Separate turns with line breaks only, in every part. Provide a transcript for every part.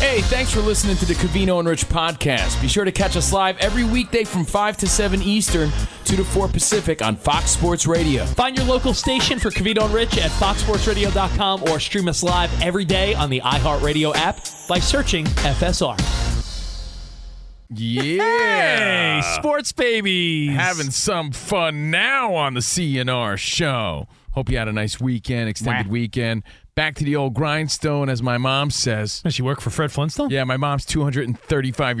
Hey, thanks for listening to the Cavino and Rich podcast. Be sure to catch us live every weekday from 5 to 7 Eastern, 2 to 4 Pacific on Fox Sports Radio.
Find your local station for Cavito and Rich at foxsportsradio.com or stream us live every day on the iHeartRadio app by searching FSR.
Yeah.
sports babies.
Having some fun now on the CNR show. Hope you had a nice weekend, extended weekend. Back to the old grindstone, as my mom says.
Does she work for Fred Flintstone?
Yeah, my mom's 235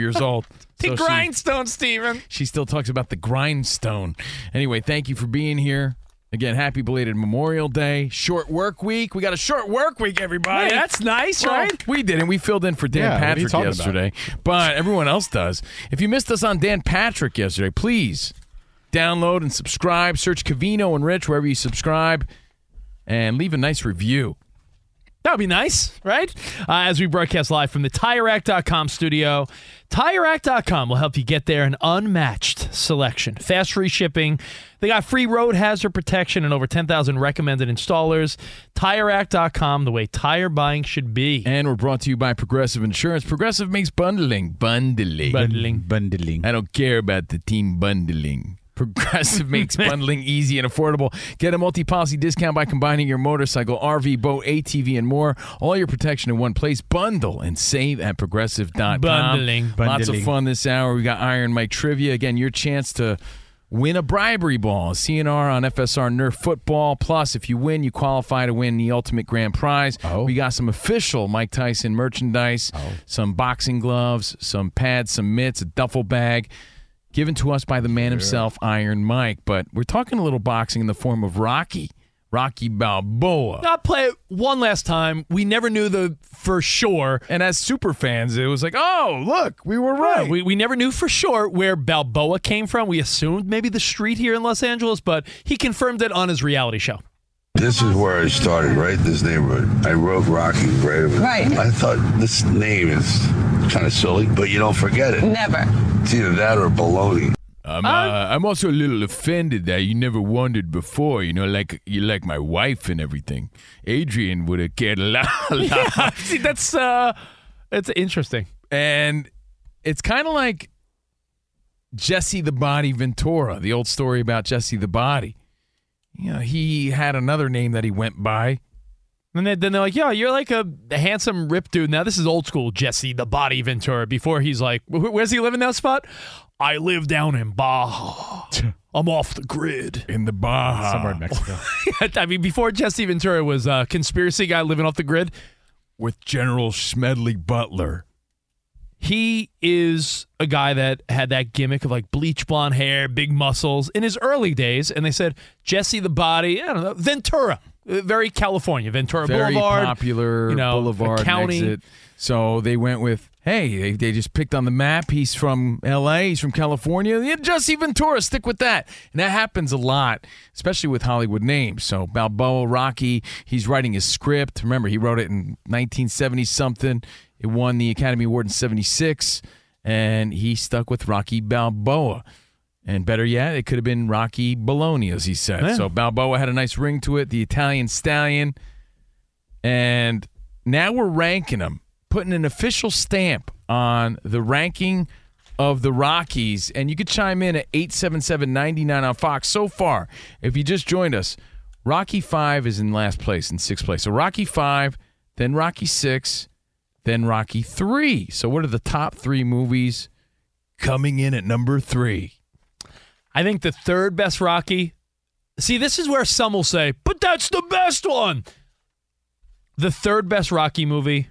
years old. so she-
Steven.
she still talks about the grindstone. Anyway, thank you for being here. Again, happy belated Memorial Day. Short work week. We got a short work week, everybody.
Hey, that's nice,
Well,
right?
We didn't. We filled in for Dan
Yeah, what are you
Patrick
talking about?
yesterday, but everyone else does. If you missed us on Dan Patrick yesterday, please download and subscribe. Search Cavino and Rich wherever you subscribe, and leave a nice review.
That would be nice, right? Uh, as we broadcast live from the TireRack.com studio, TireRack.com will help you get there an unmatched selection, fast free shipping. They got free road hazard protection and over 10,000 recommended installers. TireRack.com, the way tire buying should be.
And we're brought to you by Progressive Insurance. Progressive makes bundling, bundling,
Bundling.
I don't care about the team bundling. Progressive makes bundling easy and affordable. Get a multi policy discount by combining your motorcycle, RV, boat, ATV, and more. All your protection in one place. Bundle and save at progressive.com.
Bundling.
Lots of fun this hour. We got Iron Mike trivia. Again, your chance to win a bribery ball. CNR on FSR Nerf football. Plus, if you win, you qualify to win the ultimate grand prize.
Oh.
We got some official Mike Tyson merchandise, some boxing gloves, some pads, some mitts, a duffel bag. Given to us by the man himself, Iron Mike. But we're talking a little boxing in the form of Rocky, Rocky Balboa.
I'll play it one last time. We never knew the for sure.
And as super fans, it was like, oh, look, we were right.
We, we never knew for sure where Balboa came from. We assumed maybe the street here in Los Angeles, but he confirmed it on his reality show.
This is where I started, right? This neighborhood. I wrote Rocky right over
Right.
I thought this name is kind of silly, but you don't forget it.
Never.
It's either that or baloney.
I'm, uh, I'm also a little offended that you never wondered before, you know, like you like my wife and everything. Adrian would have cared a lot. a lot.
See, that's uh, it's interesting.
And it's kind of like Jesse the Body Ventura, the old story about Jesse the Body. You know, he had another name that he went by.
And then, then they're like, "Yo, you're like a handsome rip dude." Now this is old school Jesse the Body Ventura. Before he's like, wh- "Where's he living now?" Spot? I live down in Baja. I'm off the grid.
In the Baja.
Somewhere in Mexico. I mean, before Jesse Ventura was a conspiracy guy living off the grid,
With General Smedley Butler.
he is a guy that had that gimmick of like bleach blonde hair, big muscles in his early days. And they said Jesse the Body, I don't know, Ventura, uh, very California, Ventura
Very
Boulevard,
popular
you know,
boulevard
county.
exit. So they went with hey, they, they just picked on the map. He's from LA, he's from California. Yeah, Jesse Ventura, stick with that. And that happens a lot, especially with Hollywood names. So Balboa, Rocky, he's writing his script. Remember, he wrote it in 1970 something. It won the Academy Award in 76, and he stuck with Rocky Balboa. And better yet, it could have been Rocky Bologna, as he said. So Balboa had a nice ring to it, the Italian stallion. And now we're ranking them, putting an official stamp on the ranking of the Rockies. And you could chime in at 877 99 on Fox. So far, if you just joined us, Rocky 5 is in last place, in sixth place. So Rocky 5, then Rocky 6, then Rocky 3. So what are the top three movies coming in at number three?
I think the third best Rocky. See, this is where some will say, but that's the best one. The third best Rocky movie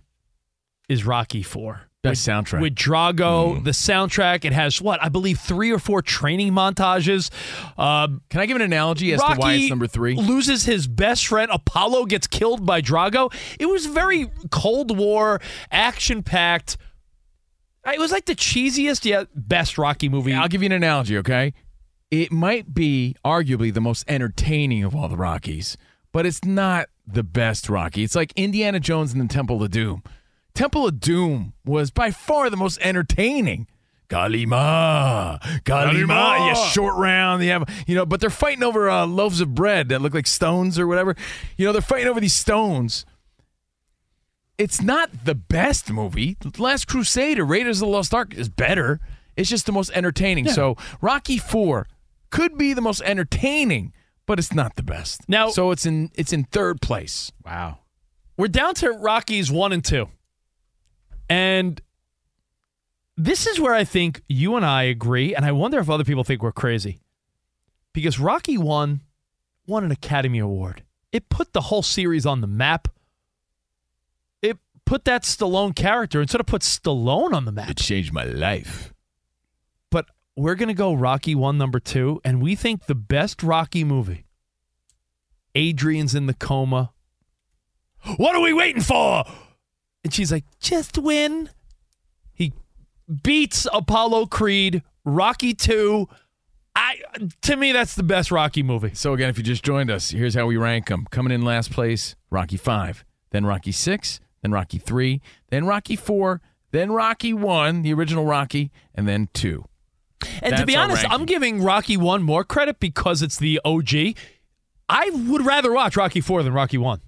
is Rocky Four.
Best soundtrack.
With Drago, the soundtrack, it has what I believe three or four training montages. Um,
Can I give an analogy as
Rocky
to why it's number three?
loses his best friend. Apollo gets killed by Drago. It was very Cold War, action packed. It was like the cheesiest yet best Rocky movie.
I'll give you an analogy, okay? It might be arguably the most entertaining of all the Rockies, but it's not the best Rocky. It's like Indiana Jones and the Temple of Doom. Temple of Doom was by far the most entertaining. Kalima, Kalima, yeah, short round. They have, you know, but they're fighting over uh, loaves of bread that look like stones or whatever. You know, they're fighting over these stones it's not the best movie. Last Crusader, Raiders of the Lost Ark is better. It's just the most entertaining. So Rocky Four could be the most entertaining, but it's not the best.
Now-
so it's in it's in third place. Wow.
We're down to Rockies one and two. And this is where I think you and I agree, and I wonder if other people think we're crazy. Because Rocky one won an Academy Award. It put the whole series on the map. It put that Stallone character, it sort of put Stallone on the map.
changed my life.
But we're gonna go Rocky one number two, and we think the best Rocky movie. Adrian's in the coma. What are we waiting for? And she's like, just win. He beats Apollo Creed, Rocky two. I to me that's the best Rocky movie.
So again, if you just joined us, here's how we rank them. Coming in last place, Rocky Five, then Rocky Six, then Rocky Three, then Rocky Four, then Rocky One, the original Rocky, and then two.
And to
That's
be
our
honest, I'm
ranking.
giving Rocky one more credit because it's the OG. I would rather watch Rocky four than Rocky one.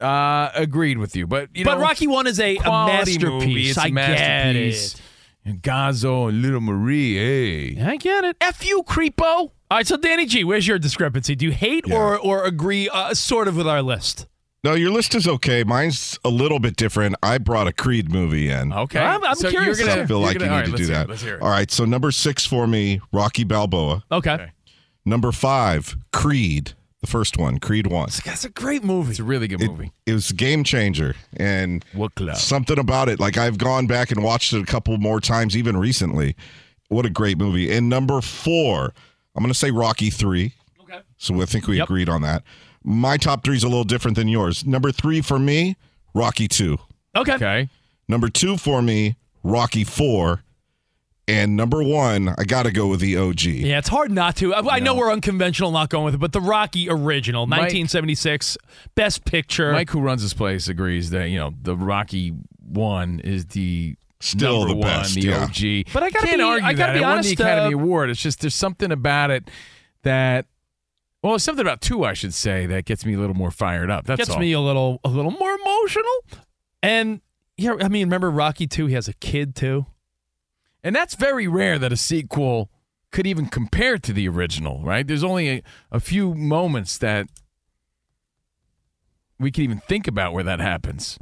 Uh, agreed with you, but you
But
know,
Rocky one is a, a
quality
masterpiece.
movie. It's a
I
masterpiece.
get it.
And Gazzo and Little Marie, hey.
I get it.
F you, creepo.
All right, so Danny G, where's your discrepancy? Do you hate or or agree uh, sort of with our list?
No, your list is okay. Mine's a little bit different. I brought a Creed movie in.
Okay.
I'm- I'm
So
curious.
You're
I
gonna,
don't feel
you're
like
gonna,
you need
all right,
to
let's
do
hear it,
that.
let's hear it.
All right, so number six for me, Rocky Balboa.
Okay.
Number five, Creed, the first one, Creed one.
That's a great movie.
It's a really good
It,
movie.
it was a game changer, and
What club?
something about it. Like I've gone back and watched it a couple more times, even recently. What a great movie! And number four, I'm going to say Rocky three. Okay. So I think we
Yep.
agreed on that. My top three is a little different than yours. Number three for me, Rocky two.
Okay.
Okay.
Number two for me, Rocky four. And number one, I got to go with the OG.
Yeah, it's hard not to. I, I know we're unconventional not going with it, but the Rocky original, 1976, Best Picture.
Mike, who runs this place, agrees that you know the Rocky one is the
Still
number
the
one,
best,
the
yeah.
OG.
But I gotta
can't
be-
argue
I gotta
that.
be
it
honest,
won the Academy
uh,
Award. It's just there's something about it that. Well, there's something about two, I should say, that gets me a little more fired up. That's
gets
all.
me a little a little more emotional. And yeah, I mean, remember Rocky two? He has a kid too.
And that's very rare that a sequel could even compare to the original, right? There's only a, a few moments that we can even think about where that happens.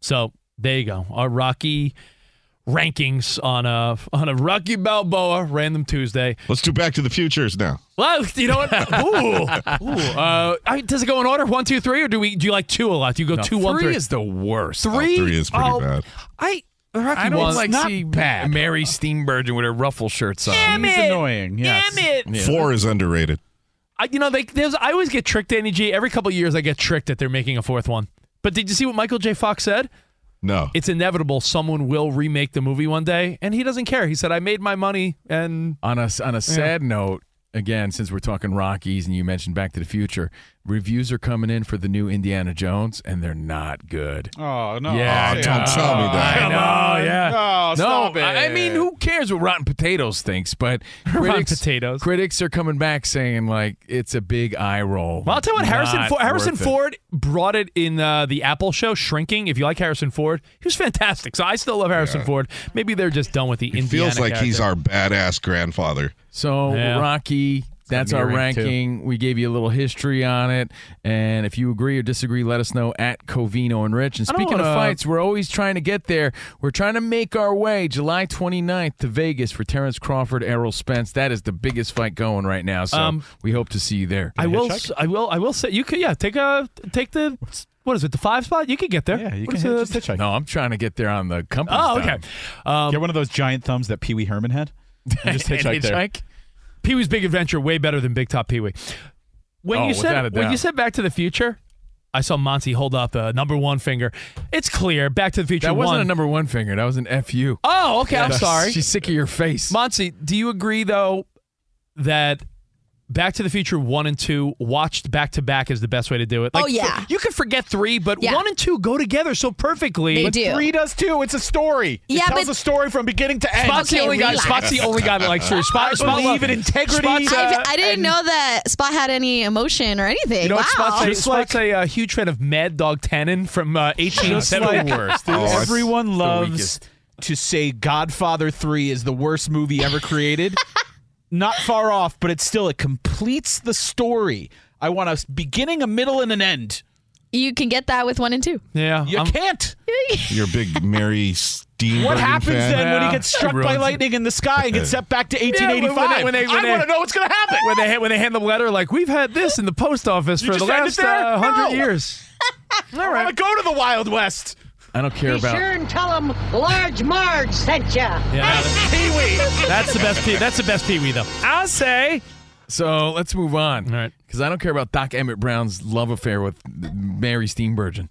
So there you go. Our Rocky rankings on a on a Rocky Balboa random Tuesday.
Let's do Back to the Futures now.
Well, you know what? Ooh, Ooh. Uh, I- does it go in order? One, two, three, or do we? Do you like two a lot? Do you go
Now,
two, one, three?
is the worst.
three?
three is pretty
Oh,
bad.
I Rocky
I don't
was
like
not
see
bad.
Mary Steenburgen with her ruffle shirts on.
Damn
It's
it!
annoying. Yes.
Damn it!
Four is underrated.
I, you know, they, there's. I always get tricked, Danny G. Every couple of years, I get tricked that they're making a fourth one. But did you see what Michael J. Fox said?
No.
It's inevitable someone will remake the movie one day, and he doesn't care. He said, I made my money, and
On a s- on a sad note, again, since we're talking Rockies and you mentioned Back to the Future, reviews are coming in for the new Indiana Jones, and they're not good.
Oh no!
Yeah,
Oh,
don't tell me that.
I know, yeah.
No, stop it.
I I mean, who cares what Rotten Potatoes thinks? But critics,
Potatoes.
critics are coming back saying like it's a big eye roll.
Well, I'll tell you what, Harrison
Not
Ford, Harrison
worth it.
Ford brought it in uh, the Apple show, Shrinking. If you like Harrison Ford, he was fantastic. So I still love Harrison Ford. Maybe they're just done with the
It
Indiana
feels like he's
character.
our badass grandfather.
So
Yeah.
Rocky, that's our
mirroring, too.
ranking. We gave you a little history on it, and if you agree or disagree, let us know at Covino and Rich. And
I don't
speaking of
wanna-
fights, we're always trying to get there. We're trying to make our way July 29th to Vegas for Terrence Crawford, Errol Spence. That is the biggest fight going right now. So
Um,
we hope to see you there.
I will. s- I will. I will say you could. Yeah, take a take the. What is it? The five spot. You could get there.
Yeah, you
What
can
is
hit,
it?
just hitchhike.
No, I'm trying to get there on the company.
Oh, okay. Um,
Get one of those giant thumbs that Pee Wee Herman had. And just hitchhike there.
Pee Wee's Big Adventure way better than Big Top Pee Wee. When
Oh,
you
without a
said when
doubt.
you said Back to the Future, I saw Monty hold up the number one finger. It's clear. Back to the Future.
That wasn't
one.
a number one finger. That was an FU.
Oh, okay. I'm sorry.
She's sick of your face.
Monty, do you agree though that Back to the Future one and two watched back to back is the best way to do it?
Oh, yeah.
you can forget three, but
Yeah.
one and two go together so perfectly.
They
But
do.
Three does too. It's a story. It
Yeah,
tells
but-
a story from beginning to end.
Spot's the
Okay,
only guy.
relax.
Spot's the only guy that likes stories. Spot,
I
Spot
believe
loved
in
it.
integrity.
Spot's,
I,
uh,
I didn't
and-
know that Spot had any emotion or anything.
You know
wow.
what Spot's, a,
Just
Spot's a uh, huge fan of Mad Dog Tannen from uh, 1870.
worst.
Oh, it's
Everyone loves
weakest.
to say Godfather 3 is the worst movie ever created. Not far off, but it's still it completes the story. I want a s- beginning, a middle, and an end.
you can get that with one and two.
yeah,
You
I'm-
can't.
You're a big Mary Steenburgen
What happens
fan.
then when
Yeah.
he gets struck
Ruins
by
it.
lightning in the sky and gets sent back to 1885?
Uh, when they- when they-
I want to know what's going to happen.
when they when they hand the letter, like we've had this in the post office for the
just end
last
it there?
uh, hundred
No.
years.
I want to go to the Wild West.
I don't care about.
and tell them Large Marge sent ya.
Yeah,
Pee-wee.
that's the best. Pee- that's the best Pee Wee though. I say.
So let's move on.
All right.
Because I don't care about Doc Emmett Brown's love affair with Mary Steenburgen.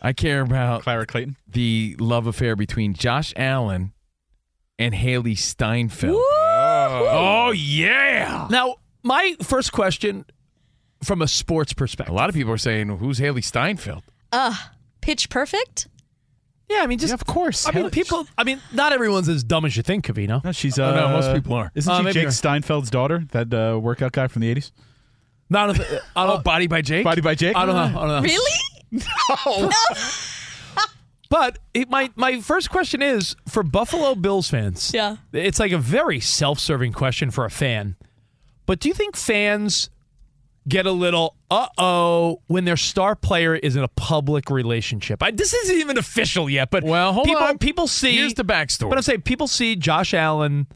I care about
Clara Clayton.
the love affair between Josh Allen and Haley Steinfeld. Oh yeah!
Now, my first question, from a sports perspective.
A lot of people are saying, "Who's Haley Steinfeld?"
Uh, Pitch Perfect.
Yeah, I mean, just
of course.
I mean, people. I mean, not everyone's as dumb as you think, Cavino.
No, she's.
Oh,
Uh,
no, most people are.
Isn't
Uh,
she
maybe
Jake
you're-
Steinfeld's daughter, that uh, workout guy from the 80s?
Not. a- I don't.
Body by Jake.
Body by Jake?
I don't know. I don't know.
Really?
But it, my my first question is for Buffalo Bills fans.
Yeah.
it's like a very self-serving question for a fan. But do you think fans get a little uh-oh when their star player is in a public relationship? I, this isn't even official yet, but
Well, hold
people,
on.
People see
Here's the backstory.
But I'm saying people see Josh Allen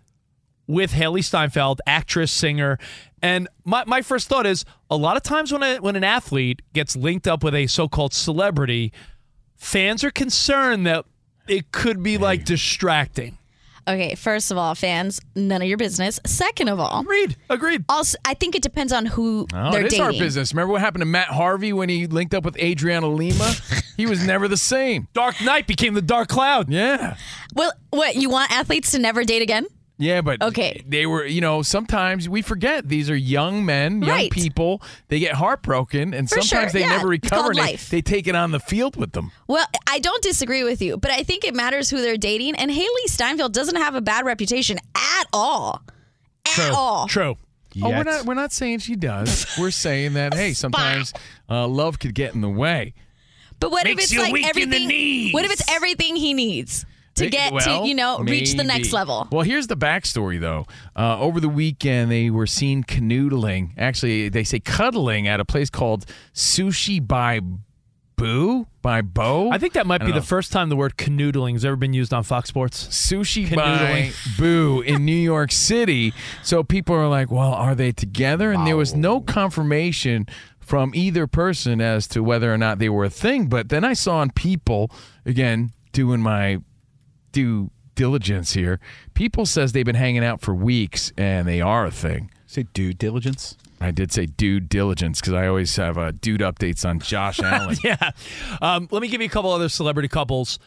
with Haley Steinfeld, actress, singer, and my, my first thought is a lot of times when a, when an athlete gets linked up with a so-called celebrity, fans are concerned that it could be like distracting.
Okay, first of all, fans, none of your business. Second of all,
Agreed. Agreed.
also, I think it depends on who
Oh,
they're
it is
dating.
our business. Remember what happened to Matt Harvey when he linked up with Adriana Lima? he was never the same.
Dark Knight became the Dark Cloud.
Yeah.
Well, what you want athletes to never date again?
Yeah, but
Okay.
they were, you know, sometimes we forget these are young men, young
Right.
people. They get heartbroken and
For
sometimes
sure,
they
yeah.
never
It's
recover.
called
and they-
life.
They, take it on the field with them.
Well, I don't disagree with you, but I think it matters who they're dating. And Haley Steinfeld doesn't have a bad reputation at all. At all.
True.
Oh, we're not we're not saying she does. we're saying that hey, sometimes uh, love could get in the way.
But what
Makes
if it's
you
like
weak in the
everything? What if it's everything he needs to
It-
get
well,
to you know reach the
maybe.
next level?
Well, here's the backstory though. Uh, over the weekend, they were seen canoodling. Actually, they say cuddling at a place called Sushi by Boo by Bo.
I think that might
I
be
don't
the
know.
first time the word canoodling has ever been used on Fox Sports.
sushi
Canoodling.
by Boo in New York City. So people are like, well, are they together? And there was no confirmation from either person as to whether or not they were a thing. But then I saw on people, again, doing my due diligence here, people says they've been hanging out for weeks and they are a thing.
Say due diligence.
I did say due diligence because I always have uh, dude updates on Josh Allen.
yeah. Um, let me give you a couple other celebrity couples.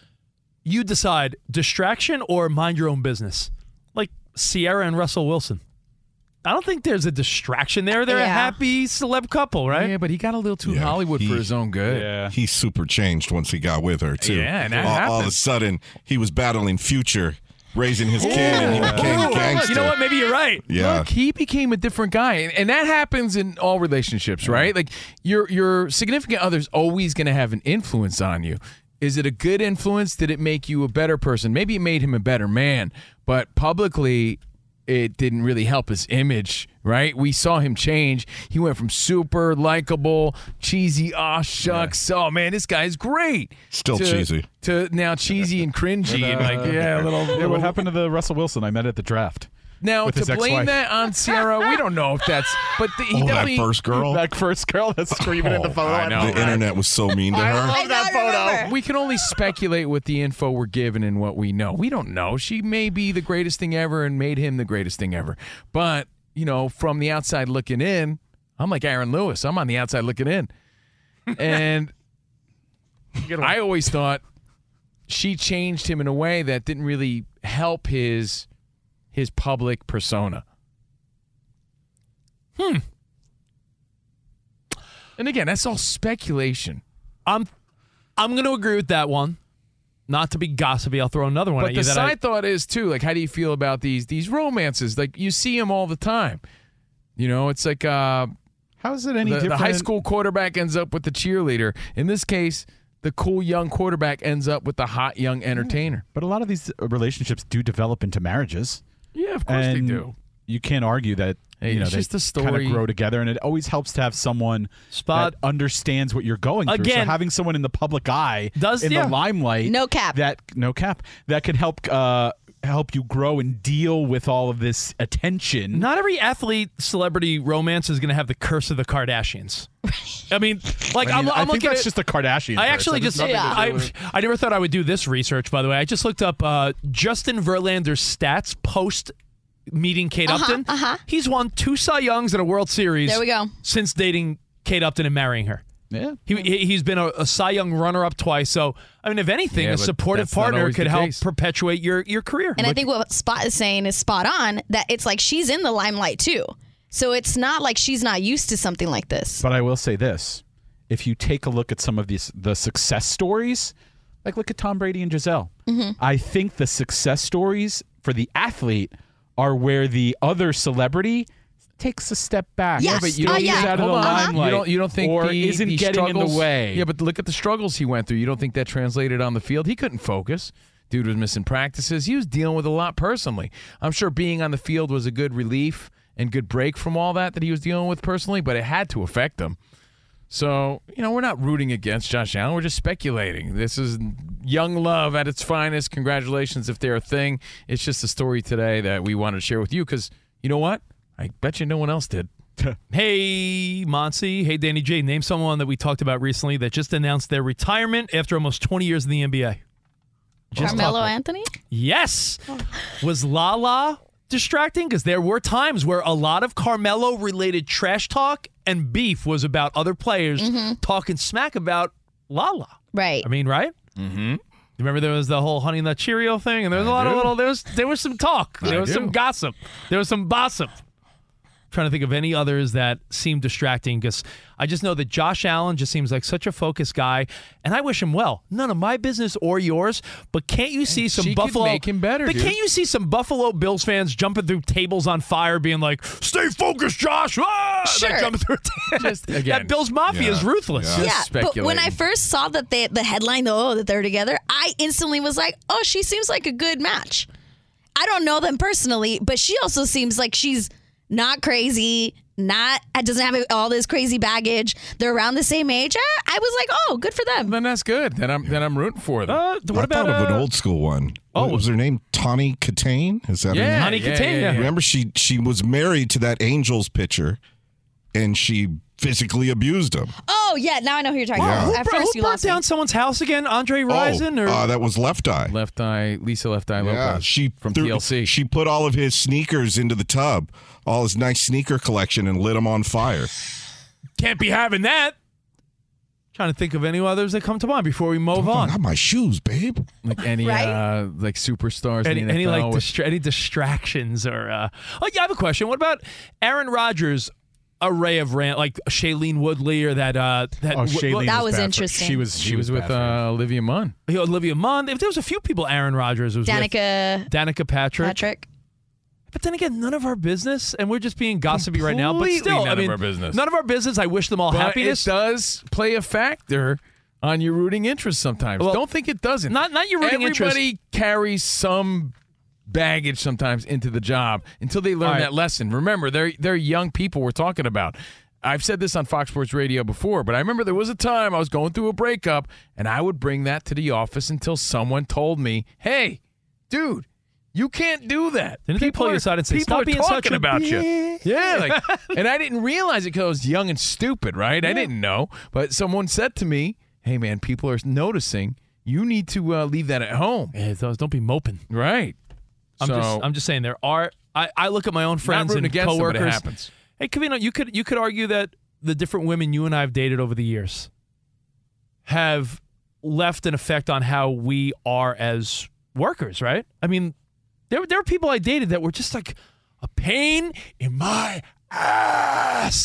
You decide distraction or mind your own business. Like Sierra and Russell Wilson. I don't think there's a distraction there. They're a
Yeah.
happy celeb couple, right?
Yeah, but he got a little too Hollywood for his own good.
Yeah. He super changed once he got with her, too.
Yeah, and that
all, all of a
happens.
sudden, he was battling Future, raising his kid, and he
Ooh.
became a
Ooh.
gangster.
You know what?
Maybe you're right.
Yeah.
Look, he became a different guy, and, and that happens in all relationships, right? Like your your significant other's always going to have an influence on you. Is it a good influence? Did it make you a better person? Maybe it made him a better man, but publicly, it didn't really help his image, right? We saw him change. He went from super likable, cheesy, aw shucks, oh man, this guy's great.
Still
to-
cheesy.
To now cheesy and cringy and like yeah, a little,
Yeah,
little
what happened to the Russell Wilson I met at the draft?
now
with
to
his
blame
ex-wife?
that on Sierra, we don't know if that's. But the, he
Oh, that
definitely
first girl?
That first girl Oh, that's screaming in the photo.
I know.
the internet was so mean to her.
that photo.
We can only speculate with the info we're given and what we know. We don't know. She may be the greatest thing ever and made him the greatest thing ever. But you know, from the outside looking in, I'm like Aaron Lewis. I'm on the outside looking in, and I always thought she changed him in a way that didn't really help his his public persona.
Hmm.
And again, that's all speculation.
I'm I'm going to agree with that one. Not to be gossipy, I'll throw another one
But
at
the
you. that I-
side thought is too, like, how do you feel about these these romances? Like, you see them all the time. You know, it's like uh,
how is it any
the, The high
different-
school quarterback ends up with the cheerleader. In this case, the cool young quarterback ends up with the hot young entertainer.
But a lot of these uh, relationships do develop into marriages.
Yeah, of course they
And
do.
You can't argue that.
Hey,
you know,
it's
they
just the
Kind
story.
of grow together, and it always helps to have someone
Spot-
that understands what you're going through.
Again-
so having someone in the public eye,
Does-
in
yeah.
the limelight,
No cap.
that no cap that can help uh, help you grow and deal with all of this attention.
Not every athlete celebrity romance is going to have the curse of the Kardashians. I mean, like
I,
I
mean,
am
I
I'm
think
looking
that's
at
just the Kardashian.
I
curse.
actually
That has
just
nothing to do
I,
with-
I never thought I would do this research by the way. I just looked up uh, Justin Verlander's stats post meeting Kate
Uh-huh,
Upton.
uh-huh.
He's won two Cy Youngs and a World Series.
There we go.
Since dating Kate Upton and marrying her.
Yeah.
He he- he's been a, a Cy Young runner-up twice. So, I mean if anything
Yeah,
a
but
supportive
that's not
partner
always
could
the
help
case.
perpetuate your your career.
And I think what Spot is saying is spot on that it's like she's in the limelight too. So it's not like she's not used to something like this.
But I will say this: if you take a look at some of these the success stories, like look at Tom Brady and Giselle,
Mhm.
I think the success stories for the athlete are where the other celebrity takes a step back.
Oh, Yeah, but you
Oh,
stays
don't,
out of the
hold on.
limelight.
You don't, you don't think
or
the,
isn't
the
getting
struggles,
in the way?
Yeah, but look at the struggles he went through. You don't think that translated on the field? He couldn't focus. Dude was missing practices. He was dealing with a lot personally. I'm sure being on the field was a good relief and good break from all that that he was dealing with personally, but it had to affect him. So, you know, we're not rooting against Josh Allen. We're just speculating. This is young love at its finest. Congratulations if they're a thing. It's just a story today that we wanted to share with you because, you know what? I bet you no one else did.
Hey, Monsey. Hey, Danny J. Name someone that we talked about recently that just announced their retirement after almost 20 years in the NBA. Just
Carmelo Oh.
talked-
Anthony?
Yes. Was Lala distracting? Because there were times where a lot of Carmelo related trash talk and beef was about other players talking smack about Lala.
Mm-hmm. Right.
I mean, right? Mm-hmm. Remember there was the whole Honey Nut Cheerio thing, and there was a lot of
do.
little there was there was some talk,
I
there was
do.
some gossip, there was some gossip. Trying to think of any others that seem distracting because I just know that Josh Allen just seems like such a focused guy, and I wish him well. None of my business or yours, but can't you see some
she could
Buffalo?
make him better,
But
dude.
can't you see some Buffalo Bills fans jumping through tables on fire, being like, "Stay focused, Josh!" Ah! That
Sure.
jumping through a table.
Just, again,
that Bills Mafia is
yeah,
ruthless.
yeah. Just
but when I
speculating.
first saw that they, the headline, though, that they're together, I instantly was like, oh, she seems like a good match. I don't know them personally, but she also seems like she's not crazy, not doesn't have all this crazy baggage. They're around the same age. Eh, I was like, oh, good for them.
Then that's good. Then I'm then I'm rooting for them.
Uh,
I thought of an old school one. Oh, was her name Tawny Katane? Is that her
Yeah,
name?
Tawny yeah, Katane, yeah, yeah.
Remember she she was married to that Angels pitcher, and she physically abused him.
Oh yeah, now I know who you're talking
Yeah.
about.
Who
At
bro-
first
who
you
burnt
lost
down someone's house again? Andre
Oh,
Rison? or
Uh, that was Left Eye.
Left Eye, Lisa Left Eye Lopez.
Yeah, she
from
threw-
TLC.
She put all of his sneakers into the tub, all his nice sneaker collection, and lit them on fire.
Can't be having that. Trying to think of any others that come to mind before we move on.
Not my shoes, babe.
like any
Right?
uh, like superstars.
Any,
in the
any like
NFL with-
distra- any distractions or? Uh... Oh yeah, I have a question. What about Aaron Rodgers' array of rant, like Shailene Woodley or that? Uh, that
Oh,
wh-
Shailene
what-
That was was bad for- interesting. she was- she was with, uh, Olivia Munn.
Yeah, Olivia Munn. There was a few people. Aaron Rodgers was with.
Danica
Danica Patrick.
Patrick.
But then again, none of our business, and we're just being gossipy right now. But
Completely
still,
none
I
of
mean,
our business.
None of our business. I wish them all
But
happiness.
It does play a factor on your rooting interest sometimes.
Well,
Don't think it doesn't.
not- not your rooting interest.
Everybody carries some baggage sometimes into the job until they learn
All right.
that lesson. Remember, they're they're young people we're talking about. I've said this on Fox Sports Radio before, but I remember there was a time I was going through a breakup and I would bring that to the office until someone told me, "Hey, dude, you can't do that."
Didn't they pull
are-
you aside and say,
people
"Stop
are
being
talking
such a
about you"?
bitch."
Yeah, like, and I didn't realize it because I was young and stupid, right? I didn't know, but someone said to me, "Hey, man, people are noticing. You need to uh, leave that at home."
don't be moping,
right?
I'm
so,
just I'm just saying there are I, I look at my own friends
rooting
and
against them, but it
coworkers.
happens.
Hey Cavino, you could you could argue that the different women you and I have dated over the years have left an effect on how we are as workers, right? I mean, there there are people I dated that were just like a pain in my ass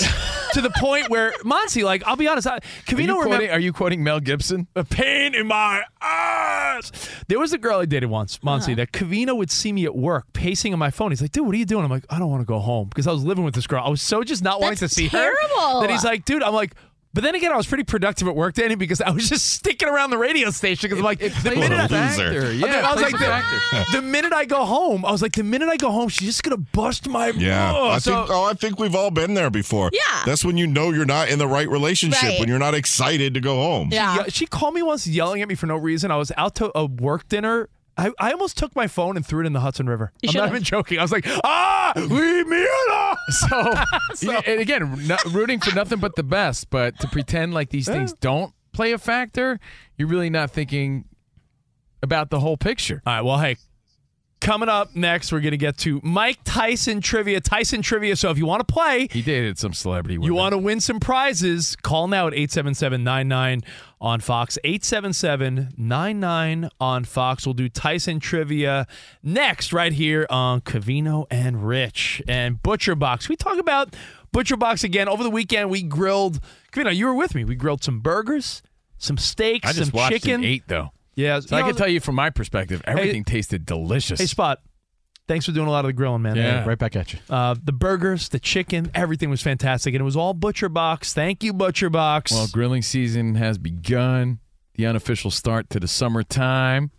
to the point where Monty, like I'll be honest, I,
are, you
Cavino
quoting,
remember
are you quoting Mel Gibson?
a pain in my ass. There was a girl I dated once, Monsi, that Cavino would see me at work pacing on my phone. He's like, dude, what are you doing? I'm like, I don't want to go home because I was living with this girl. I was so just not wanting to
That's
see her.
terrible.
That he's like, dude, I'm like, but then again, I was pretty productive at work, Danny, because I was just sticking around the radio station because I'm like, the
plays
minute
a
I,
factor.
I-
Yeah,
I was
it
like,
plays a
the,
factor.
the minute I go home, I was like, the minute I go home, she's just gonna bust my
Yeah,
balls.
I
So-
um,
think. Oh, I think we've all been there before.
Yeah.
that's when you know you're not in the right relationship
Right.
when you're not excited to go home.
She, ye- she called me once yelling at me for no reason. I was out to a work dinner. I, I almost took my phone and threw it in the Hudson River.
You
I'm not
should've.
even joking. I was like, ah, leave me alone.
So, yeah, and again, no- rooting for nothing but the best, but to pretend like these things don't play a factor, you're really not thinking about the whole picture.
All right, well, hey, coming up next, we're going to get to Mike Tyson trivia. Tyson trivia. So if you want to play,
he dated some celebrity.
You want to win some prizes? Call now at 877-99 on Fox. 877-99 on Fox. We'll do Tyson trivia next, right here on Cavino and Rich and Butcher Box. We talk about Butcher Box again over the weekend. We grilled. Cavino, you were with me. We grilled some burgers, some steaks,
I just
some
watched
chicken.
and ate though.
Yeah,
so
you
I
know-
can tell you from my perspective, everything tasted delicious.
Hey, Spot. Thanks for doing a lot of the grilling, man.
Yeah.
right back at you. Uh, the burgers, the chicken, everything was fantastic, and it was all Butcher Box. Thank you, Butcher Box.
Well, grilling season has begun. The unofficial start to the summertime.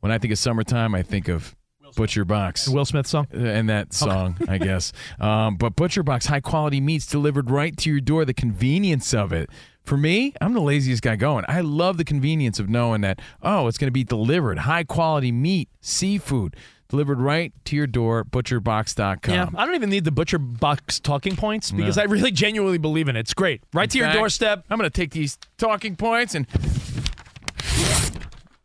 When I think of summertime, I think of Butcher Box. Uh,
Will Smith song?
And that song, I guess. Um, but Butcher Box, high quality meats delivered right to your door. The convenience of it. For me, I'm the laziest guy going. I love the convenience of knowing that, oh, it's going to be delivered. High quality meat, seafood, delivered right to your door, butcherbox.com.
Yeah, I don't even need the Butcher Box talking points because
No.
I really genuinely believe in it. It's great. Right to your
fact,
doorstep.
I'm going to take these talking points and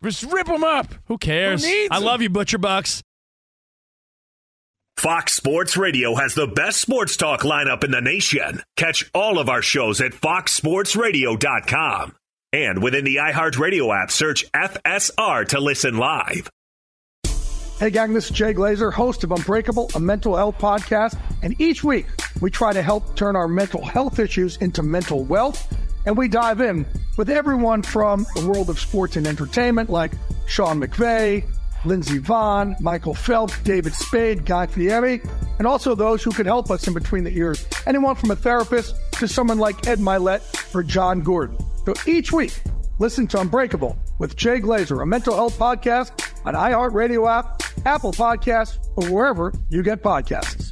just rip them up.
Who cares?
needs
I
them?
love you, Butcher Box.
Fox Sports Radio has the best sports talk lineup in the nation. Catch all of our shows at foxsportsradio.com. And within the iHeartRadio app, search FSR to listen live.
Hey, gang, this is Jay Glazer, host of Unbreakable, a mental health podcast. And each week, we try to help turn our mental health issues into mental wealth. And we dive in with everyone from the world of sports and entertainment, like Sean McVay, Lindsey Vaughn, Michael Phelps, David Spade, Guy Fieri, and also those who could help us in between the ears. Anyone from a therapist to someone like Ed Milet or John Gordon. So each week, Listen to Unbreakable with Jay Glazer, a mental health podcast on iHeartRadio app, Apple Podcasts, or wherever you get podcasts.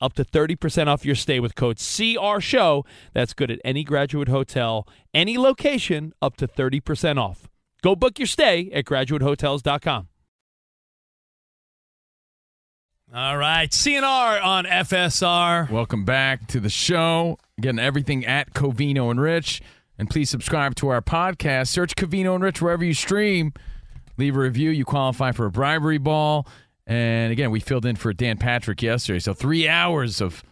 up to 30% off your stay with code CR Show. That's good at any graduate hotel, any location, up to 30% off. Go book your stay at graduatehotels.com.
All right, CNR on FSR.
Welcome back to the show. Getting everything at Covino and Rich. And please subscribe to our podcast. Search Covino and Rich wherever you stream. Leave a review. You qualify for a bribery ball. And again, we filled in for Dan Patrick yesterday. So three hours of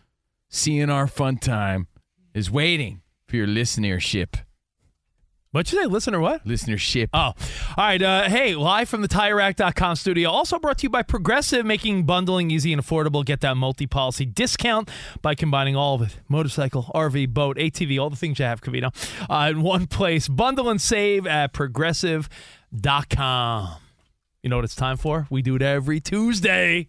CNR fun time is waiting for your listenership.
What'd you say? Listener what?
Listenership.
Oh, all right. Uh, hey, live from the TireRack.com studio. Also brought to you by Progressive, making bundling easy and affordable. Get that multi-policy discount by combining all of it: motorcycle, RV, boat, ATV, all the things you have, Cavino, uh, in one place. Bundle and save at Progressive.com. You know what it's time for? We do it every Tuesday.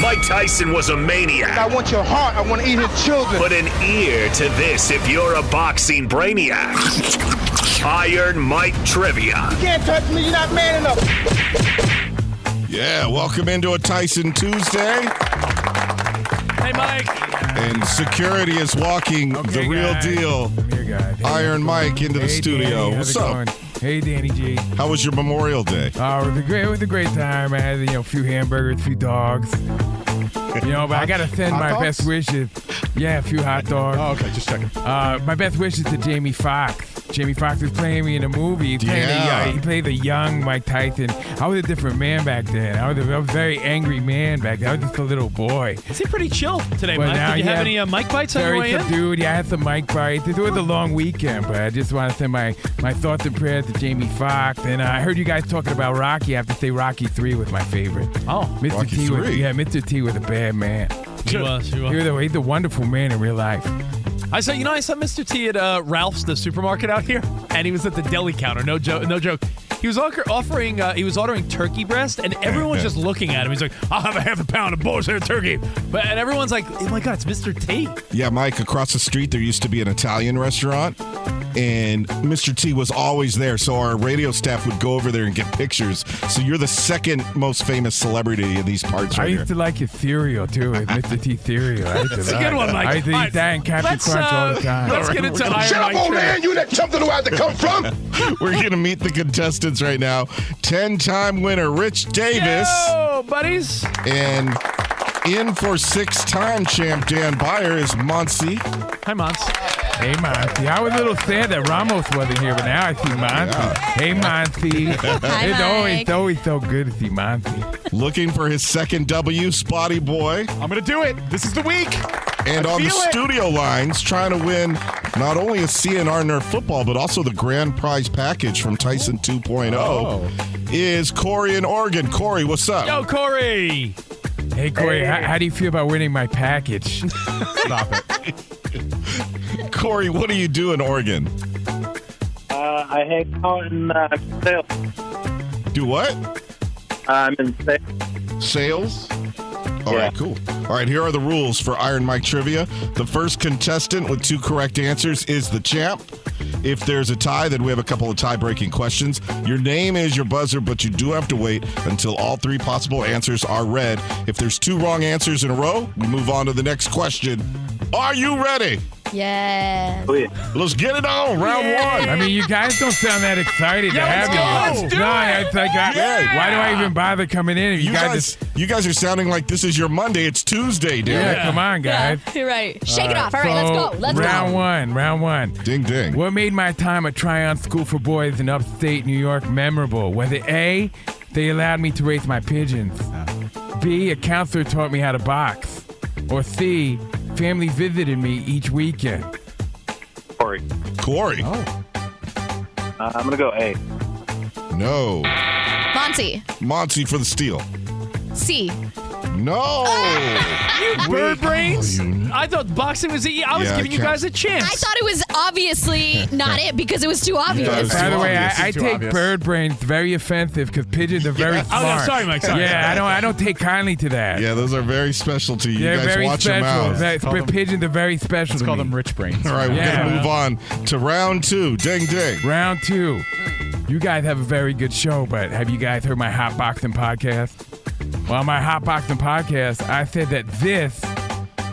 Mike Tyson was a maniac. I want your heart. I want to eat his children. Put an ear to this if you're a boxing brainiac. Iron Mike Trivia.
can't touch me, you're not man enough.
Yeah, welcome into a Tyson Tuesday.
Hey, Mike.
And security is walking the real deal. Iron Mike into the
Hey,
studio.
Danny, how's
What's
it
up?
going? Hey, Danny G.
How was your Memorial Day?
Oh, it was a great, it was a great time. I had you know a few hamburgers, a few dogs. You know, but I gotta send
Hot
my
dogs?
best wishes. Yeah, a few hot dogs. Oh, okay, just checking. Uh, my best wishes to Jamie Foxx. Jamie Foxx is playing me in a movie. He played,
Yeah.
the, uh, he played the young Mike Tyson. I was a different man back then. I was a, I was a very angry man back then. I was just a little boy.
Is he pretty chill today,
Well,
Mike?
now
Did you
you
have
have
any uh, mic bites on the
Very
way in?
subdued. Yeah, I had some mic bites. It was a long weekend, but I just want to send my, my thoughts and prayers to Jamie Foxx. And uh, I heard you guys talking about Rocky. I have to say Rocky 3 was my favorite.
Oh,
Mr.
Rocky
T was,
III.
Yeah, Mr. T was a bad man.
He was, he was.
a, he's a wonderful man in real life.
I saw, you know, I saw Mr. T at uh, Ralph's, the supermarket out here, and he was at the deli counter. No joke, no joke. He was offer- offering, uh, he was ordering turkey breast, and everyone was just looking at him. He's like, "I'll have a half a pound of boar's head turkey," but and everyone's like, "Oh my god, it's Mr. T."
Yeah, Mike, across the street there used to be an Italian restaurant. and Mr. T was always there. So our radio staff would go over there and get pictures. So you're the second most famous celebrity in these parts
I
right here.
used to like ethereal too, with Mr. T Ethereal. I used to
That's a
love
good one,
it.
Mike.
I used to
All
eat
right,
that and Captain
let's,
Crunch all
uh,
the time.
let's get into Iron Mike Trey.
you that jumped into where I had to come from.
We're going to meet the contestants right now. 10 time winner Rich Davis.
Yo, buddies.
And in for six time champ Dan Byer is Muncie.
Hi, Muncie.
Hey, Monty. I was a little sad that Ramos wasn't here, but now I see Monty. Hey, Monty.
Hi,
it's
Mike.
always, always so good to see Monty.
Looking for his second W, Spotty Boy.
I'm going to do it. This is the week.
And
I
on the
feel it.
studio lines, trying to win not only a CNR Nerf football, but also the grand prize package from Tyson 2.0
Oh.
is Corey in Oregon. Corey, what's up?
Yo, Corey.
Hey, Corey, How, how do you feel about winning my package?
Stop it. Corey, what do you do in Oregon?
Uh, I hang out in uh, sales.
Do what?
I'm in sales.
Sales? All right, cool. All right, here are the rules for Iron Mike trivia. The first contestant with two correct answers is the champ. If there's a tie, then we have a couple of tie breaking questions. Your name is your buzzer, but you do have to wait until all three possible answers are read. If there's two wrong answers in a row, we move on to the next question. Are you ready?
Yes.
Let's get it on, round one.
I mean, you guys don't sound that excited to have me. no, it's like, I, why do I even bother coming in? If you,
You
guys,
guys, you guys are sounding like this is your Monday. It's Tuesday, dude.
Yeah, come on, guys.
You're right. Shake it
All
off. All right, let's
so
go. Let's
round
go.
one, round one.
Ding ding.
What made my time at Tryon School for Boys in upstate New York memorable? Was it A, they allowed me to raise my pigeons, B, a counselor taught me how to box, or C, family visited me each weekend?
Corey.
Corey.
Oh.
Uh, I'm going to go A.
No.
Monty.
Monty for the steal.
C.
No.
Ah.
you bird brains. I thought boxing was the. I was
Yeah, I
giving you
can't-
guys a chance.
I thought it was obviously not it because it was too obvious.
By the way,
obvious.
I, I
It's too
take
obvious.
bird brains very offensive because pigeons are very
Yeah. Oh,
smart.
no, sorry, Mike, sorry.
Yeah, I don't. I don't take kindly to that.
Yeah, those are very special to you.
They're
you guys
very
watch
special.
them out.
That- but pigeons are very special. Let's call them
rich brains.
All right, we're gonna move on to round two. Ding ding.
Round two. You guys have a very good show, but have you guys heard my hot boxing podcast? Well, my hot boxing podcast, I said that this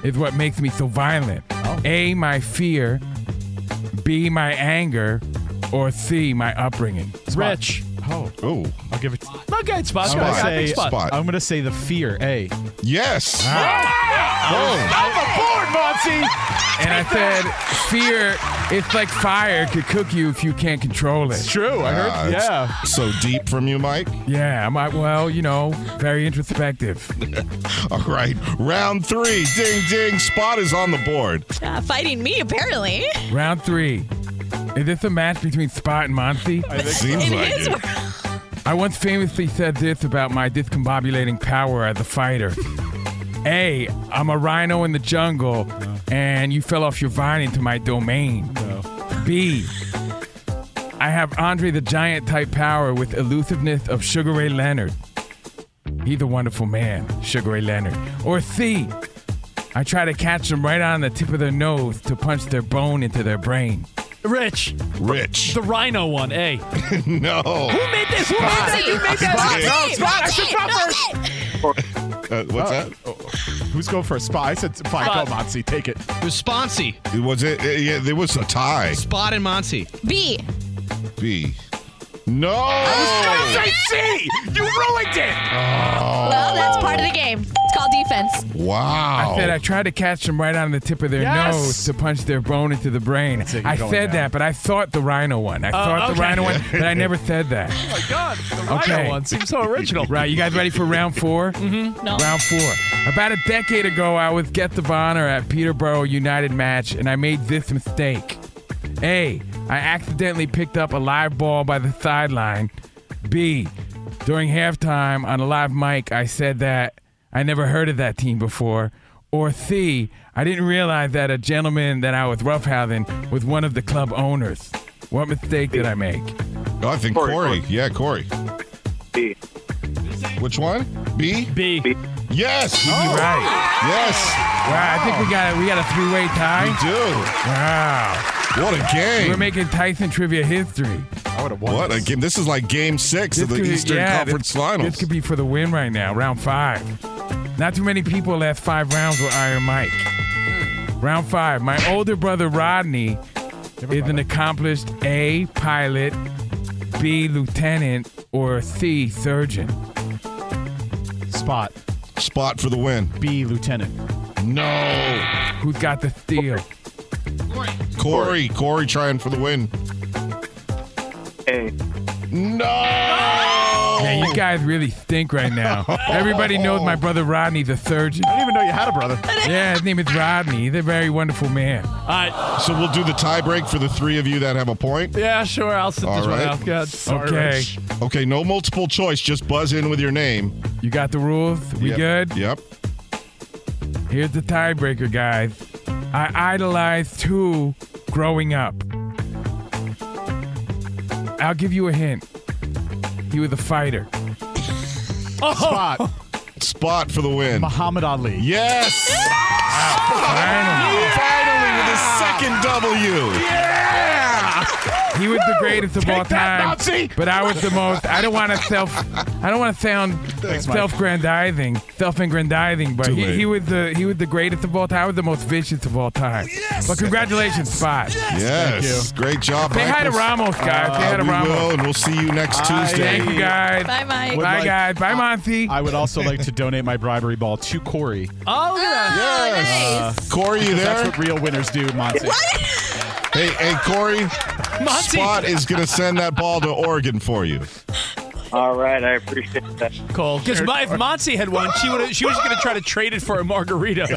is what makes me so violent.
Oh.
A, my fear. B, my anger. Or C, my upbringing.
Rich.
Oh.
Oh.
I'll give it.
Look at spot.
I'm gonna
Spot.
say.
Spot.
I'm gonna say the fear. A.
Yes.
Ah.
I'm aboard, Monty.
And I said, fear, it's like fire could cook you if you can't control it. It's
true.
Ah, it's So deep from you, Mike.
Yeah, I'm I- well, you know, very introspective.
All right, round three. Ding ding. Spot is on the board.
Uh, fighting me, apparently.
Round three. Is this a match between Spot and Monty?
I think so. Seems It like is. it.
I once famously said this about my discombobulating power as a fighter. A, I'm a rhino in the jungle, and you fell off your vine into my domain. B, I have Andre the Giant type power with elusiveness of Sugar Ray Leonard. He's a wonderful man, Sugar Ray Leonard. Or C, I try to catch them right on the tip of their nose to punch their bone into their brain.
Rich.
Rich.
The Rhino one. A.
no.
Who made this? Who made that? You made
Spot.
that?
No, Spot. I said Spot first.
Uh, what's that?
oh, Who's going for a spot? I said, fine,
Spot.
go, Monty, take it.
It was Sponsy.
It was it. it- yeah, there was a tie.
Spot and Monty.
B.
B. No.
C. You ruined it.
Oh,
Oh,
Well, that's part of the game. It's called defense.
Wow.
I said I tried to catch them right on the tip of their
Yes.
nose to punch their bone into the brain.
you're
I
going
said
down.
that, but I thought the rhino one. I thought the
Oh, okay.
rhino one, but I never said that.
Oh my God. The Rhino
Okay.
one seems so original.
Right, you guys ready for round four? mm-hmm.
No.
Round four. About a decade ago, I was guest of honor at Peterborough United match, and I made this mistake. A. I accidentally picked up a live ball by the sideline. B. During halftime on a live mic, I said that I never heard of that team before. Or C. I didn't realize that a gentleman that I was roughhousing was one of the club owners. What mistake did I make?
No, I think Corey. Yeah, Corey.
B.
Which one? B.
B.
Yes.
Oh. right.
Yes.
Wow, I think we got a, we got a three-way tie.
We do.
Wow.
What a game.
We're making Tyson trivia history.
I would have won. What a game. This is like game six of the
could-
Eastern
yeah,
Conference
this,
Finals.
This could be for the win right now, round five. Not too many people last five rounds with Iron Mike.
Hmm.
Round five. My older brother Rodney is an accomplished A pilot, B lieutenant, or C surgeon.
Spot. Spot for the win.
B lieutenant.
No.
Who's got the steal?
Corey. Corey trying for the win.
Hey.
No.
Man, you guys really stink right now. Everybody knows my brother Rodney's a surgeon. I
didn't even know you had a brother.
Yeah, his name is Rodney. He's a very wonderful man.
All right. So we'll do the tie break for the three of you that have a point.
Yeah, sure. I'll sit
All
this one
right.
out. God, sorry, Rich.
Okay, no multiple choice. Just buzz in with your name.
You got the rules? We good?
Yep.
Here's the tiebreaker, guys. I idolized two growing up. I'll give you a hint. He was a fighter.
Spot. Spot for the win.
Oh. Muhammad Ali.
Yes. Finally. Finally with his second W.
He was the greatest of all time. But I was the most. I don't want to self. I don't want to sound
Thanks, Mike.
self-grandizing, self-aggrandizing. But
Too
he,
late.
he was the he was the greatest of all time. I was the most vicious of all time. But congratulations, Spot.
Yes. Great job.
Say hi to
Michael. Uh,
Ramos, guys. Say hi to
we
Ramos.
will, and we'll see you next
I-
Tuesday.
Thank you,
guys.
Bye, Mike.
Would
Bye,
like-
guys. Bye, Monty.
I would also like to donate my bribery ball to Corey.
Oh,
Yes. Corey, you
because
there?
That's what real winners do, Monty.
Hey, hey, Corey.
Monty.
Spot is going to send that ball to Oregon for you.
All right, I appreciate that.
Cool. Because if Monty had won, she would she was going to try to trade it for a margarita.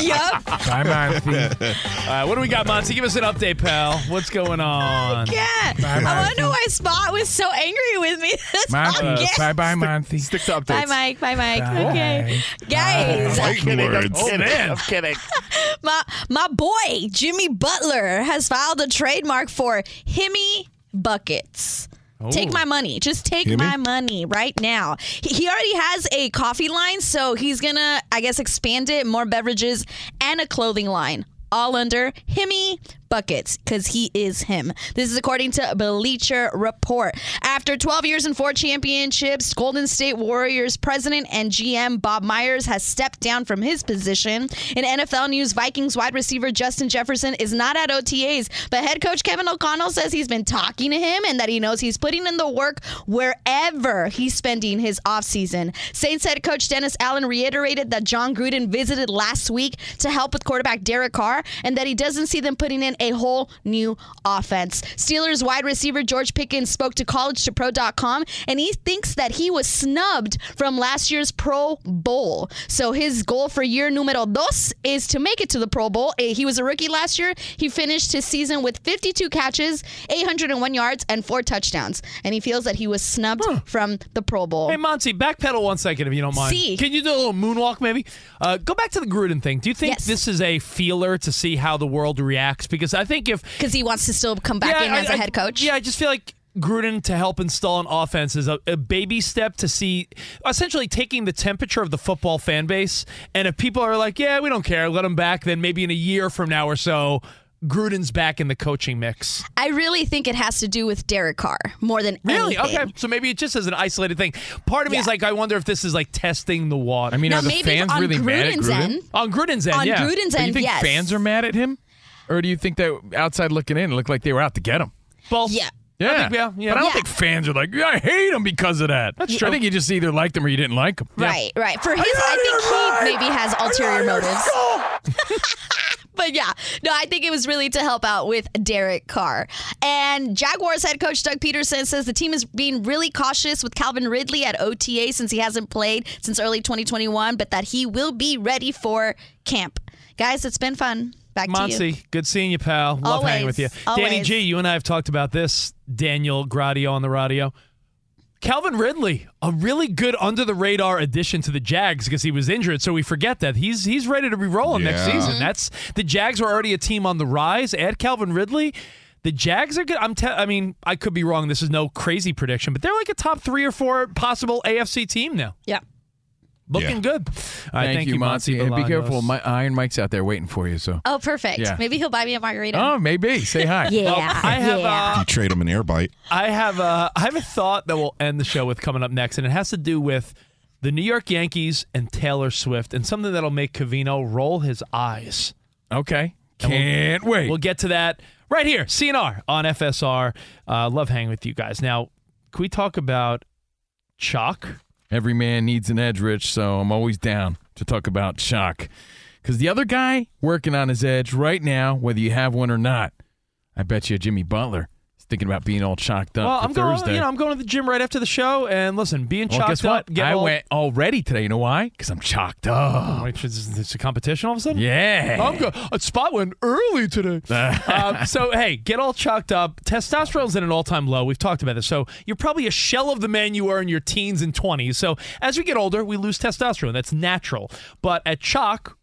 yup.
Bye, Monty.
All right, what do we got, Monty? Give us an update, pal. What's going on?
Yeah. I want to know why Spot was so angry with me. That's all I
Monty.
get.
Bye, bye, Monty.
Stick to updates.
Bye, Mike. Bye, Mike.
Bye.
Okay. Guys, Oh,
Fighting words.
man.
kidding.
my, my boy, Jimmy Butler, has filed a trademark for Himmy Buckets. Take my money. Just take
Himmy?
my money right now. He, he already has a coffee line, so he's going to, I guess, expand it, more beverages, and a clothing line. All under Himmy Buckets, because he is him. This is according to Bleacher Report. After 12 years and four championships, Golden State Warriors president and GM Bob Myers has stepped down from his position. In NFL news, Vikings wide receiver Justin Jefferson is not at OTAs, but head coach Kevin O'Connell says he's been talking to him and that he knows he's putting in the work wherever he's spending his offseason. Saints head coach Dennis Allen reiterated that John Gruden visited last week to help with quarterback Derek Carr and that he doesn't see them putting in a whole new offense. Steelers wide receiver George Pickens spoke to collegetopro.com and he thinks that he was snubbed from last year's Pro Bowl. So his goal for year numero dos is to make it to the Pro Bowl. Eh, He was a rookie last year. He finished his season with 52 catches, 801 yards, and four touchdowns. And he feels that he was snubbed from the Pro Bowl.
Hey, Monty, backpedal one second if you don't mind.
See.
Can you do a little moonwalk maybe? Uh, go back to the Gruden thing. Do you think this is a feeler to see how the world reacts? Because I think if
Because he wants to still come back in
I-
as a
I-
head coach.
Yeah, I just feel like Gruden to help install an offense is a, a baby step to see essentially taking the temperature of the football fan base. And if people are like, yeah, we don't care, let him back, then maybe in a year from now or so, Gruden's back in the coaching mix.
I really think it has to do with Derek Carr more than
Really?
anything.
Okay. So maybe it just is an isolated thing. Part of me is like, I wonder if this is like testing the water.
I mean,
Now,
are the
maybe
fans
on
really mad at
Gruden's
Gruden?
end-
On Gruden's end,
On
yeah.
Gruden's
But
end,
you think
yes.
fans are mad at him, or do you think that outside looking in, it looked like they were out to get him?
Both.
yeah.
Yeah,
think- yeah, yeah.
But I don't
Yeah.
think fans are like, yeah, I hate him because of that. That's
true.
I think you just either liked him or you didn't like him.
Right, right. For his, I think he maybe has ulterior motives. but yeah, no, I think it was really to help out with Derek Carr. And Jaguars head coach Doug Peterson says the team is being really cautious with Calvin Ridley at OTA since he hasn't played since early 2021, but that he will be ready for camp. Guys, it's been fun. Back to you.
Monty, good seeing you, pal. Love hanging with
Always.
you. Danny
Always.
G, you and I have talked about this. Daniel Gradio on the radio. Calvin Ridley, a really good under the radar addition to the Jags because he was injured, so we forget that he's he's ready to be rolling next
Yeah.
season. That's the Jags were already a team on the rise. Add Calvin Ridley, the Jags are good. I'm te- I mean, I could be wrong. This is no crazy prediction, but they're like a top three or four possible AFC team now.
Yeah.
Looking good. All right, thank you, Monty.
And be
Bolaños.
careful. My Iron Mike's out there waiting for you. So.
Oh, perfect.
Yeah.
Maybe he'll buy me a margarita.
Oh, maybe. Say hi.
Yeah, Well,
I have, uh, yeah.
you trade him an air bite.
I have a, I have a thought that will end the show with coming up next, and it has to do with the New York Yankees and Taylor Swift, and something that'll make Cavino roll his eyes.
Okay,
can't wait. We'll get to that right here, CNR on FSR. Uh, love hanging with you guys. Now, can we talk about chalk?
Every man needs an edge, Rich, so I'm always down to talk about shock. Because the other guy working on his edge right now, whether you have one or not, I bet you Jimmy Butler is thinking about being all chalked up
well,
Uh, for
I'm going.
Thursday.
You know, I'm going to the gym right after the show, and listen, being
well,
chalked
guess what?
up. get
I
all-
went already today. You know why? Because I'm chalked
Oh,
up.
wait, it's, it's a competition all of a sudden?
Yeah.
I'm go- a spot went early today. um, so, hey, get all chalked up. Testosterone's at an all time low. We've talked about this. So, you're probably a shell of the man you were in your teens and 20s. So, as we get older, we lose testosterone. That's natural. But at chalk,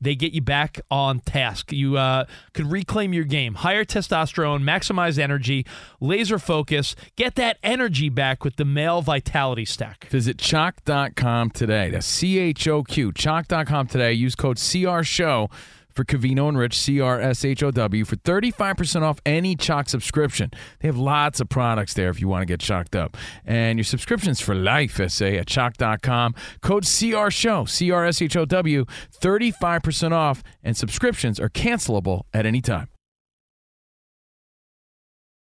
they get you back on task. You uh, can reclaim your game, higher testosterone, maximize energy, laser focus, get that energy back with the male vitality stack.
Visit chalk.com today. That's C H O Q. Chalk.com today. Use code CR Show for Cavino and Rich, C R S H O W, for 35% off any Chalk subscription. They have lots of products there if you want to get chalked up. And your subscription's for life, SA, at chalk.com. Code CR Show, C R S H O W, 35% off, and subscriptions are cancelable at any time.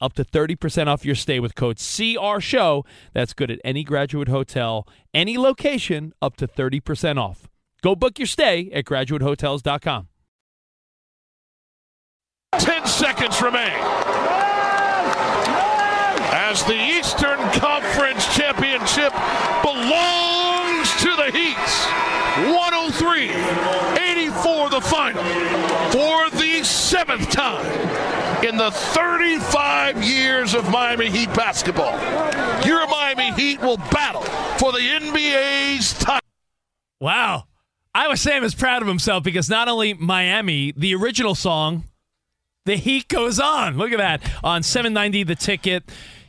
up to 30% off your stay with code CR Show. That's good at any graduate hotel, any location, up to 30% off. Go book your stay at graduatehotels.com.
10 seconds remain. As the Eastern Conference Championship belongs to the Heats. 103 84 the final for the seventh time in the 35 years of Miami Heat basketball. Your Miami Heat will battle for the NBA's title.
Wow. Iowa Sam is proud of himself because not only Miami, the original song, The Heat Goes On. Look at that. On 790, the ticket,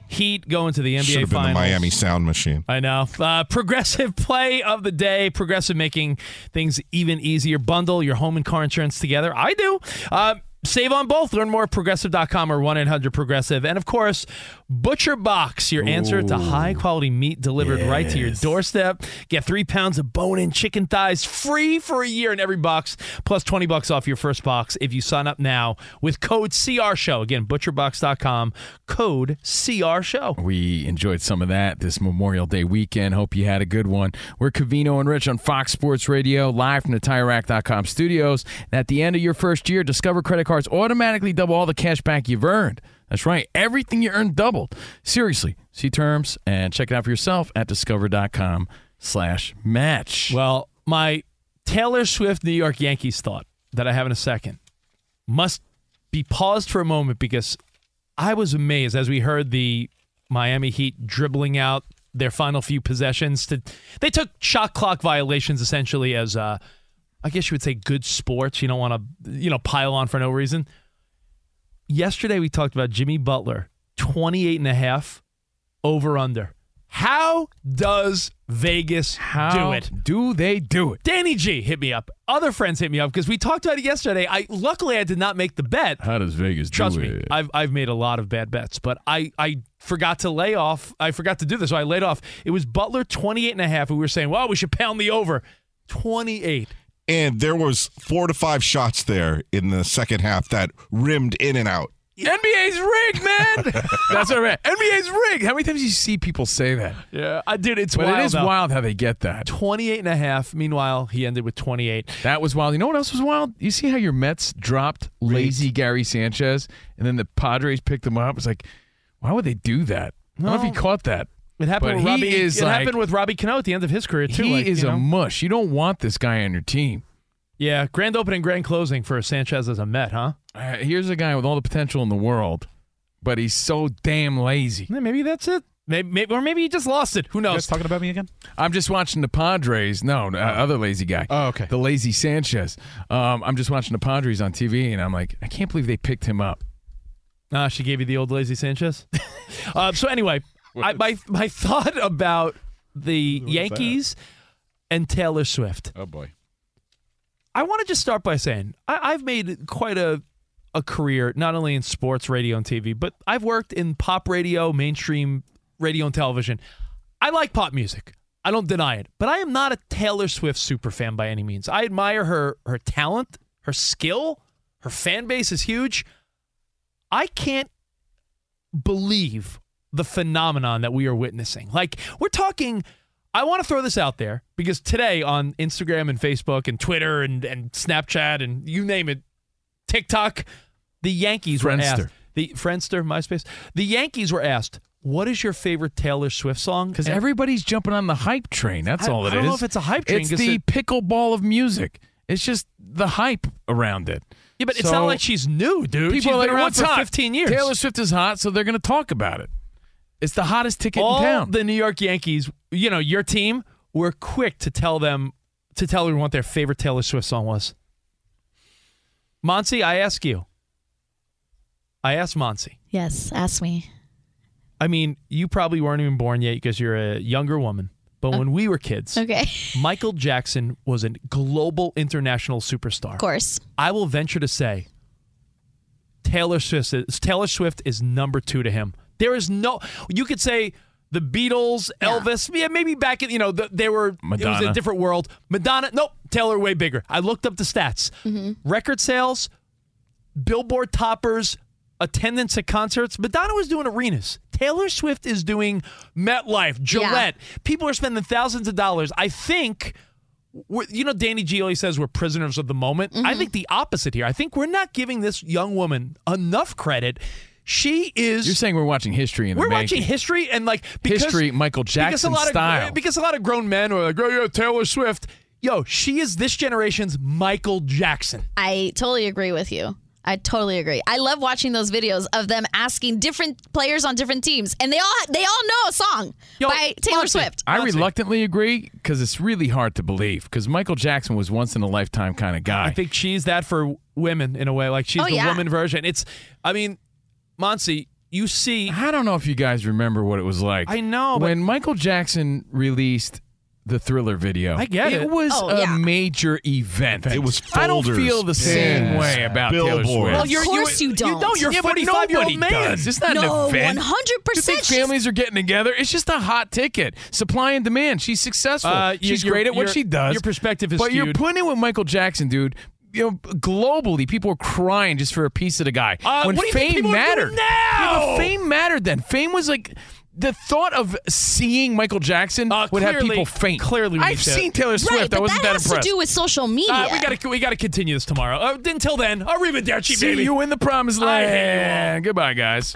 Heat going to the NBA
Should have been
Finals.
the Miami Sound Machine.
I know. Uh, progressive play of the day. Progressive making things even easier. Bundle your home and car insurance together. I do. Uh, Save on both. Learn more at progressive.com or 1 800 Progressive. And of course, Butcher Box, your answer to high quality meat delivered right to your doorstep. Get three pounds of bone in chicken thighs free for a year in every box, plus 20 bucks off your first box if you sign up now with code CR Show. Again, butcherbox.com, code CR Show.
We enjoyed some of that this Memorial Day weekend. Hope you had a good one. We're Cavino and Rich on Fox Sports Radio, live from the TireRack.com studios. And at the end of your first year, Discover credit cards automatically double all the cash back you've earned. That's right, everything you earned doubled. Seriously, see terms and check it out for yourself at discover.com slash match.
Well, my Taylor Swift New York Yankees thought that I have in a second must be paused for a moment because I was amazed as we heard the Miami Heat dribbling out their final few possessions. To they took shot clock violations essentially as uh, I guess you would say good sports. You don't want to you know pile on for no reason. Yesterday we talked about Jimmy Butler 28 and a half over under. How does Vegas
How
do it?
Do they do it?
Danny G hit me up. Other friends hit me up because we talked about it yesterday. I luckily I did not make the bet.
How does Vegas
Trust
do
me,
it?
I've I've made a lot of bad bets, but I I forgot to lay off. I forgot to do this, so I laid off. It was Butler 28 and a half. We were saying, "Well, we should pound the over." 28.
And there was four to five shots there in the second half that rimmed in and out.
NBA's rigged, man. That's what I read. NBA's rigged. How many times do you see people say that?
Yeah, I did. It's
but
wild.
it is
though.
wild how they get that.
28 and a half. Meanwhile, he ended with 28.
That was wild. You know what else was wild? You see how your Mets dropped lazy Gary Sanchez, and then the Padres picked him up. It's like, why would they do that? I don't know if he caught that.
It happened
But
with
he
Robbie.
is
it
like-
happened with Robbie Cano at the end of his career too.
he
like,
is
you know?
a mush. You don't want this guy on your team.
Yeah, grand opening, grand closing for Sanchez as a Met, huh?
Uh, here's a guy with all the potential in the world, but he's so damn lazy.
Yeah, Maybe that's it. Maybe, maybe or maybe he just lost it. Who knows?
talking about me again?
I'm just watching the Padres. No, no, uh, other lazy guy. Oh, okay. The lazy Sanchez. Um, I'm just watching the Padres on TV, and I'm like, I can't believe they picked him up.
Ah, she gave you the old lazy Sanchez. uh, so anyway, I, my my thought about the Yankees and Taylor Swift.
Oh boy.
I want to just start by saying I, I've made quite a a career, not only in sports radio and TV, but I've worked in pop radio, mainstream radio and television. I like pop music. I don't deny it, but I am not a Taylor Swift super fan by any means. I admire her her talent, her skill, her fan base is huge. I can't believe the phenomenon that we are witnessing. Like, we're talking, I want to throw this out there because today on Instagram and Facebook and Twitter and, and Snapchat and you name it, TikTok, the Yankees were
Friendster.
asked, the Friendster, MySpace, the Yankees were asked, what is your favorite Taylor Swift song?
Because
And-
everybody's jumping on the hype train. That's
I-
all it is.
I don't know if it's a hype train,
It's
'cause
the
it-
pickleball of music. It's just the hype around it.
Yeah, but it's not
So-
like she's new, dude.
People
She's
are like,
been around
"What's
for
hot?
15 years.
Taylor Swift is hot, so they're going to talk about it. It's the hottest ticket
all
in town.
the New York Yankees, you know, your team were quick to tell them to tell everyone what their favorite Taylor Swift song was. Monsey, I ask you. I asked Monsey.
Yes, ask me.
I mean, you probably weren't even born yet because you're a younger woman. But when we were kids,
Okay.
Michael Jackson was a global international superstar. Of
course.
I will venture to say Taylor Swift is, Taylor Swift is number 2 to him. There is no you could say the Beatles, Elvis, yeah, maybe back in, you know, the, they were it was
Madonna.
a different world. Madonna, nope, Taylor way bigger. I looked up the stats. Record sales, billboard toppers, attendance at concerts. Madonna was doing arenas. Taylor Swift is doing MetLife, Gillette. People are spending thousands of dollars. I think, we're, you know, Danny G always says we're prisoners of the moment.
Mm-hmm.
I think the opposite here. I think we're not giving this young woman enough credit. She is.
You're saying we're watching history in the
We're
making.
watching history and like because,
History, Michael
because a
Jackson
lot of,
style.
Because a lot of grown men are like, oh yeah, Taylor Swift. Yo, she is this generation's Michael Jackson.
I totally agree with you. I totally agree. I love watching those videos of them asking different players on different teams, and they all they all know a song by Taylor Swift.
I reluctantly agree because it's really hard to believe because Michael Jackson was once in a lifetime kind of guy.
I think she's that for women in a way. Like she's
Oh,
the
yeah.
woman version. It's, I mean, Monsey, you see.
I don't know if you guys remember what it was like.
I know, but-
When Michael Jackson released the thriller video.
I get it.
was
Oh,
a
yeah.
major event. It was. I don't
folders,
feel the same
pins,
way about Taylor
billboards.
Swift.
Well, you're-
Of course you, don't.
You're a 45 year old man. It's not
no,
an event.
100%.
You think families are getting together? It's just a hot ticket. Supply and demand. She's successful.
Uh, you-
She's
your-
great at what
your-
she does.
your perspective is
But you're
skewed.
putting it with Michael Jackson, dude. You know, globally, people were crying just for a piece of the guy.
Uh,
when
what do you
fame
think people are
mattered.
doing
Yeah, but
now?
fame mattered then. Fame was like the thought of seeing Michael Jackson would have
Uh, clearly-
people faint.
clearly we need
I've
to-
seen Taylor Swift.
Right, but
I wasn't
that
that,
has
impressed.
to do with social media.
Uh, we gotta we gotta continue this tomorrow. Uh, until then, arrivederci,
See
baby.
you in the promised
I hate you all.
land. Eh, Goodbye, guys.